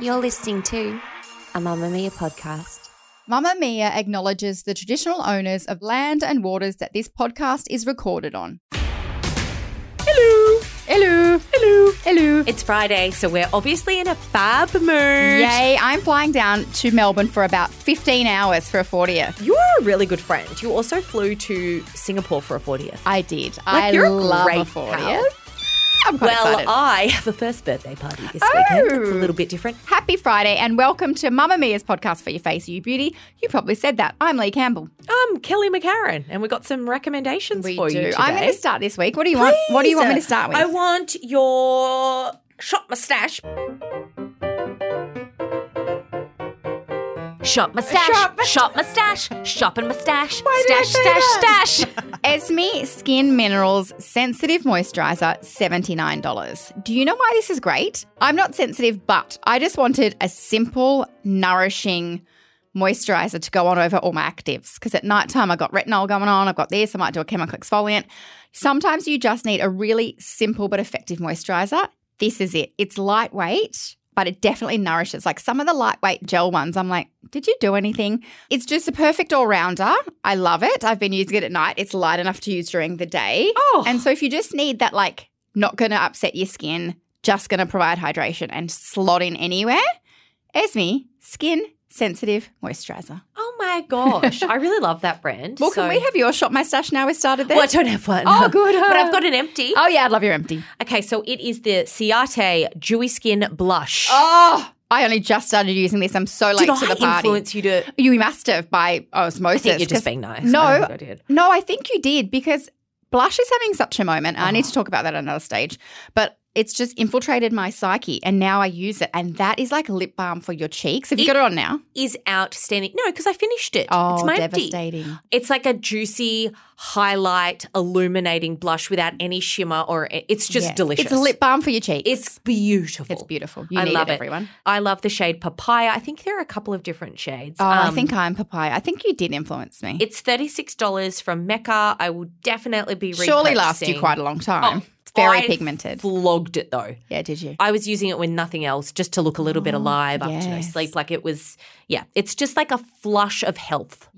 You're listening to a Mamma Mia podcast. Mamma Mia acknowledges the traditional owners of land and waters that this podcast is recorded on. Hello, hello, hello, hello. It's Friday, so we're obviously in a fab mood. Yay, I'm flying down to Melbourne for about 15 hours for a 40th. You're a really good friend. You also flew to Singapore for a 40th. I did. I Like, you're a love great a 40th. pal. I'm quite Well, excited. Oh. I have a first birthday party this weekend. It's a little bit different. Happy Friday and welcome to Mamma Mia's podcast for your face, you beauty. You probably said that. I'm Lee Campbell. I'm Kelly McCarran, and we've got some recommendations for you today. I'm going to start this week. What do you want? What do you want me to start with? I want your shop mustache. Shop mustache, shop, Shop- mustache, shop and mustache, did I stash, say stash, that? stash. Esme Skin Minerals Sensitive Moisturizer, $79. Do you know why this is great? I'm not sensitive, but I just wanted a simple, nourishing moisturizer to go on over all my actives because at night time I got retinol going on, I've got this, I might do a chemical exfoliant. Sometimes you just need a really simple but effective moisturizer. This is it. It's lightweight, but it definitely nourishes. Like some of the lightweight gel ones, I'm like, did you do anything? It's just a perfect all rounder. I love it. I've been using it at night. It's light enough to use during the day. Oh, And so if you just need that, like, not going to upset your skin, just going to provide hydration and slot in anywhere, Esme Skin Sensitive Moisturizer. oh my gosh. I really love that brand. Well, So- can we have your shop mustache now? We started there. Well, I don't have one. Oh, good. but I've got an empty. Oh, yeah, I'd love your empty. Okay, so it is the Ciate Dewy Skin Blush. Oh, I only just started using this. I'm so late Did to the I party. influence you to? You must have by I osmosis. think you're just 'cause- being nice. No. I think I did. No, I think you did because blush is having such a moment. and I Uh-huh. need to talk about that at another stage. But it's just infiltrated my psyche and now I use it. And that is like lip balm for your cheeks. Have you It- got it on now? is outstanding. No, because I finished it. Oh, it's my empty. devastating. It's like a juicy highlight, illuminating blush without any shimmer, or it's just Yes. delicious. It's lip balm for your cheeks. It's beautiful. It's beautiful. You I need love it, it. everyone. I love the shade papaya. I think there are a couple of different shades. Oh, I Um, think I'm papaya. I think you did influence me. it's thirty six dollars from Mecca. I will definitely be surely lasts you repurchasing. quite a long time. Oh, it's very I pigmented. Flogged it though. yeah, did you? I was using it when nothing else, just to look a little bit alive after no Oh, yes. sleep. Like it was, yeah, it's just like a flush of health.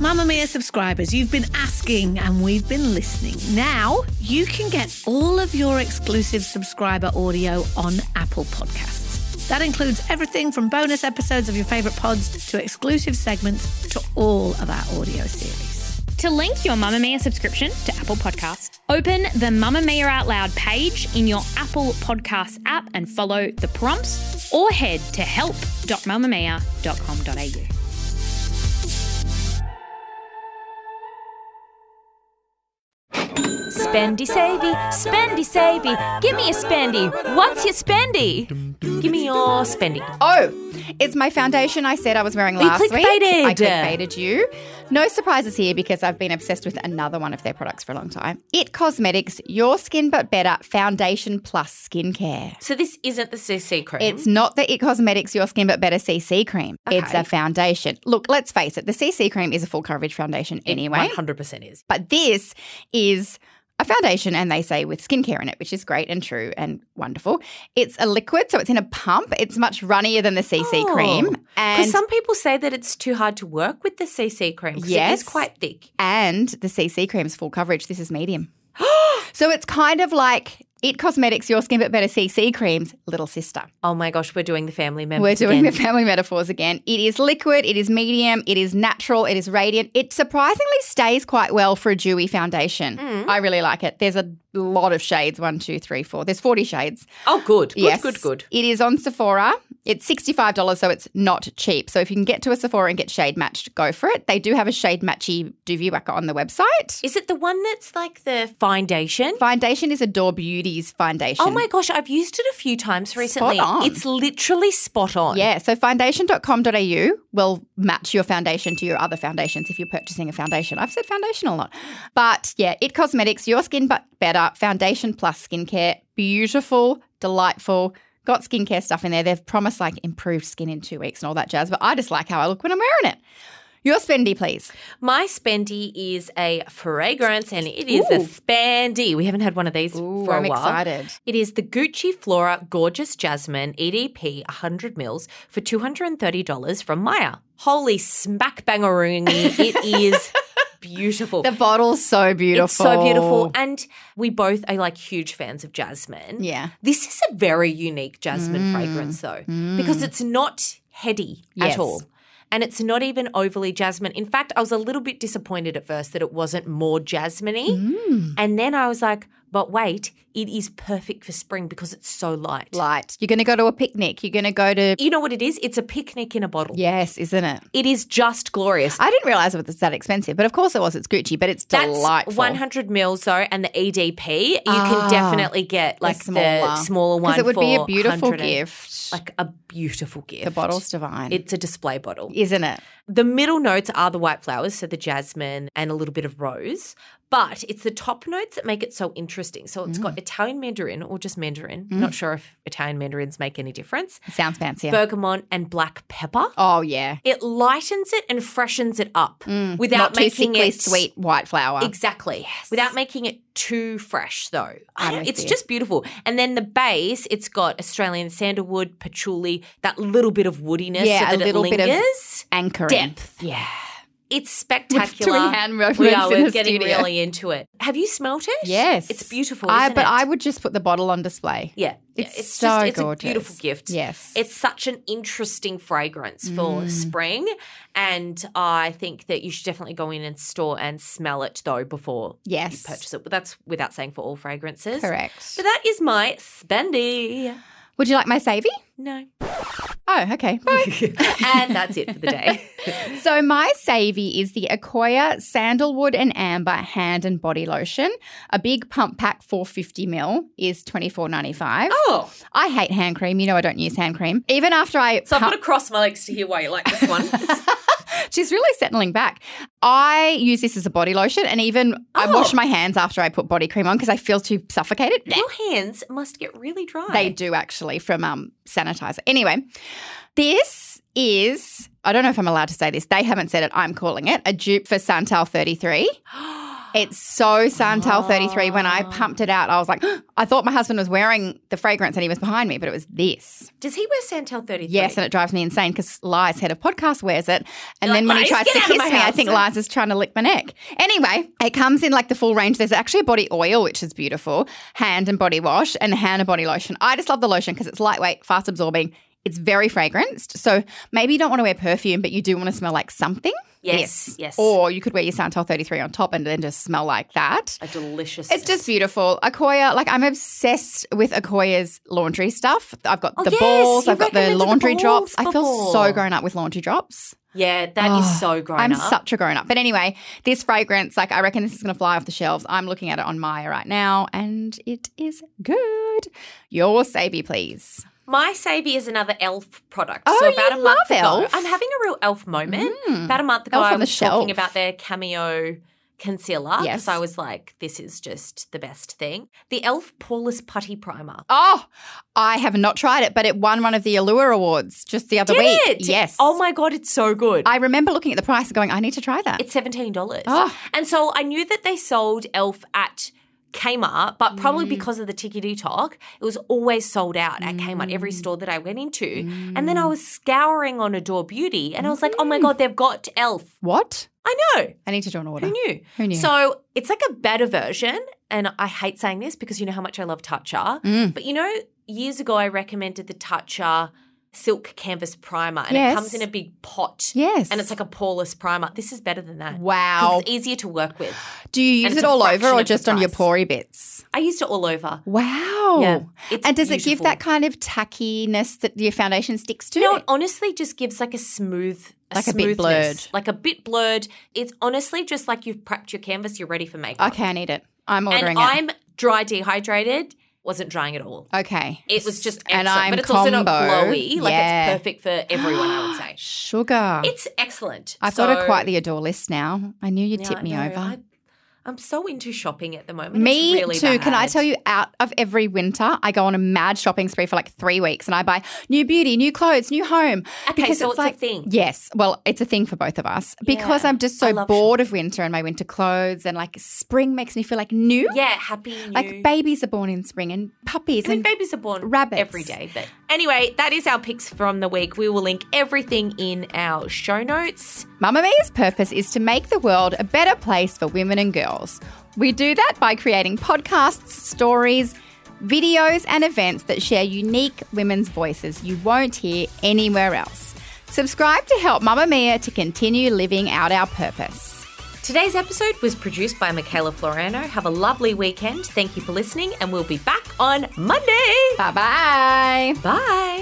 Mamma Mia subscribers, you've been asking and we've been listening. Now you can get all of your exclusive subscriber audio on Apple Podcasts. That includes everything from bonus episodes of your favourite pods to exclusive segments to all of our audio series. To link your Mamma Mia subscription to Apple Podcasts, open the Mamma Mia Out Loud page in your Apple Podcasts app and follow the prompts or head to help.mamamia.com.au. Spendy savey, spendy savey, give me a spendy. What's your spendy? Give me your spending. Oh, it's my foundation I said I was wearing last week. clickbaited. I clickbaited you. No surprises here because I've been obsessed with another one of their products for a long time. It Cosmetics Your Skin But Better Foundation Plus Skincare. So this isn't the CC cream. It's not the It Cosmetics Your Skin But Better CC cream. It's a foundation. Look, let's face it, the CC cream is a full coverage foundation anyway. 100% is. But this is a foundation, and they say with skincare in it, which is great and true and wonderful. It's a liquid, so it's in a pump. It's much runnier than the CC Oh. cream. And Because some people say that it's too hard to work with the CC cream because it Yes. is quite thick. and the CC cream's full coverage. This is medium. so it's kind of like it cosmetics, your skin but better CC creams, little sister. Oh my gosh, we're doing the family members. We're doing again. the family metaphors again. It is liquid, it is medium, it is natural, it is radiant. It surprisingly stays quite well for a dewy foundation. Mm. I really like it. There's a lot of shades one, two, three, four. There's 40 shades. Oh, good. Good, yes. good, good. It is on Sephora. It's $65, so it's not cheap. So if you can get to a Sephora and get shade matched, go for it. They do have a shade matchy duvet whacker on the website. Is it the one that's like the foundation? Foundation is Adore Beauty's foundation. Oh my gosh, I've used it a few times recently. on. It's literally spot on. Yeah, so foundation.com.au will match your foundation to your other foundations if you're purchasing a foundation. I've said foundation a lot. But yeah, it cosmetics, your skin but better, foundation plus skincare. Beautiful, delightful. Got skincare stuff in there. They've promised like improved skin in two weeks and all that jazz, but I just like how I look when I'm wearing it. Your spendy, please. My spendy is a fragrance and it is a spandy. We haven't had one of these for a I'm while. excited. It is the Gucci Flora Gorgeous Jasmine E EDP 100 mils for $230 from Maya. Holy smack bangaroony. It is beautiful. The bottle's so beautiful. It's so beautiful. And we both are like huge fans of jasmine. Yeah. Mm. This is a very unique jasmine fragrance, though, because it's not heady Yes. at all. And it's not even overly jasmine. In fact, I was a little bit disappointed at first that it wasn't more jasminey. Mm. And then I was like, but wait, it is perfect for spring because it's so light. Light. You're going to go to a picnic. You're going to go to. You know what it is? It's a picnic in a bottle. Yes, isn't it? It is just glorious. I didn't realize it was that expensive, but of course it was. It's Gucci, but it's That's delightful. Ah, 100 mils though, and the EDP you can definitely get like the smaller. smaller, one. Because it would be a for beautiful 100 and- gift. like a beautiful gift. the bottle's divine, It's a display bottle. isn't it? The middle notes are the white flowers, so the jasmine and a little bit of rose. But it's the top notes that make it so interesting. So it's Mm. got Italian Mandarin or just Mandarin. Not sure if Italian Mandarins make any difference. It sounds fancier. Bergamot and black pepper. oh yeah, It lightens it and freshens it up without Mm. not too making sickly it sweet white flower. Exactly. Without making it too fresh, though. I I'm don't- with it's you. just beautiful. And then the base, it's got Australian sandalwood, patchouli, that little bit of woodiness Yeah, so a that little it bit of- lingers. Anchoring Depth. Yeah, It's spectacular. doing hand movements we are in we're the getting studio. really into it. Have you smelt it? yes, It's beautiful. I, isn't but it? I would just put the bottle on display. Yeah. yeah, It's it's so just it's gorgeous. a beautiful gift. Yes. Mm. It's such an interesting fragrance for spring. And I think that you should definitely go in and store and smell it though before Yes. you purchase it. But that's without saying for all fragrances. Correct. But that is my spendy. Would you like my savy? No. Oh, okay. Bye. and that's it for the day. So my savy is the Akoya Sandalwood and Amber Hand and Body Lotion. A big pump pack 450 ml is 24.95. Oh. I hate hand cream. You know I don't use hand cream. Even after I So I've got pump- to cross my legs to hear why you like this one. she's really settling back. I use this as a body lotion and even I wash my hands after I put body cream on because I feel too suffocated. Your hands must get really dry. They do actually from um, sanitizer. Anyway, this is, I don't know if I'm allowed to say this. They haven't said it. I'm calling it a dupe for Santal 33. It's so Santal 33. When I pumped it out, I was like, I thought my husband was wearing the fragrance and he was behind me, but it was this. Does he wear Santel 33? Yes, and it drives me insane because Lies, head of podcast, wears it. And You're then like, when he "Lies, tries get to out of kiss my me, I house." think Lies is trying to lick my neck. Anyway, it comes in like the full range. There's actually a body oil, which is beautiful, hand and body wash, and hand and body lotion. I just love the lotion because it's lightweight, fast absorbing. It's very fragranced. So maybe you don't want to wear perfume, but you do want to smell like something. Yes, yes. Or you could wear your Santal 33 on top and then just smell like that. A delicious. It's just beautiful. Akoya, like I'm obsessed with Akoya's laundry stuff. I've got Oh, the yes, balls, you I've got the recommended the laundry drops. balls I feel so before. grown up with laundry drops. Yeah, that is so grown Oh, I'm up. such a grown up. But anyway, this fragrance, like I reckon this is going to fly off the shelves. I'm looking at it on Maya right now and it is good. Your savey, please. My savey is another elf product. Oh, so about you a month love ago, Elf. Mm. I'm having a real elf moment. About a month ago, Elf on I the was shelf. talking about their cameo concealer because Yes. I was like, this is just the best thing. The elf poreless putty primer. Oh, I have not tried it, but it won one of the Allure Awards just the other Did week. it? Yes. Oh my god, it's so good. I remember looking at the price and going, I need to try that. it's seventeen dollars. Oh. And so I knew that they sold elf at Kmart, but probably because of the tickety talk, it was always sold out at Kmart, every store that I went into. And then I was scouring on Adore Beauty and I was like, oh my God, they've got elf. what? I know. I need to draw an order. Who knew? Who knew? So it's like a better version. And I hate saying Mm. this because you know how much I love Toucher. But you know, years ago I recommended the Toucher silk canvas primer and Yes. it comes in a big pot. Yes. And it's like a poreless primer. This is better than that. 'Cause Wow. It's easier to work with. Do you and use it's it a all over fraction or of the just on your price. pory bits? I used it all over. Wow. Yeah, it's and does it give beautiful. that kind of tackiness that your foundation sticks to? No, it it? honestly just gives like a smooth, a Like a bit smoothness, blurred. like a bit blurred. It's honestly just like you've prepped your canvas. You're ready for makeup. Okay, I need it. I'm ordering and it. I'm dry dehydrated. Wasn't drying at all. okay. It was just excellent. And I'm but it's also not combo. glowy. Like Yeah. it's perfect for everyone. I would say Sugar. it's excellent. I've got So- a quietly adore list now. I knew you'd Yeah, tip me no, over. I, I'm so into shopping at the moment. It's me really too. Can I bad. tell you? Out of every winter, I go on a mad shopping spree for like three weeks, and I buy new beauty, new clothes, new home. Okay, so it's a like, thing. Yes, well, it's a thing for both of us because Yeah. I'm just I so love bored of winter and my winter clothes, and like spring makes me feel like new. Yeah, happy. New. like babies are born in spring and puppies I mean, and babies are born rabbits. every day. But anyway, that is our picks from the week. We will link everything in our show notes. Mamma Mia's purpose is to make the world a better place for women and girls. We do that by creating podcasts, stories, videos, and events that share unique women's voices you won't hear anywhere else. Subscribe to help Mamma Mia to continue living out our purpose. Today's episode was produced by Michaela Florano. Have a lovely weekend. Thank you for listening, and we'll be back on Monday. Bye bye. Bye.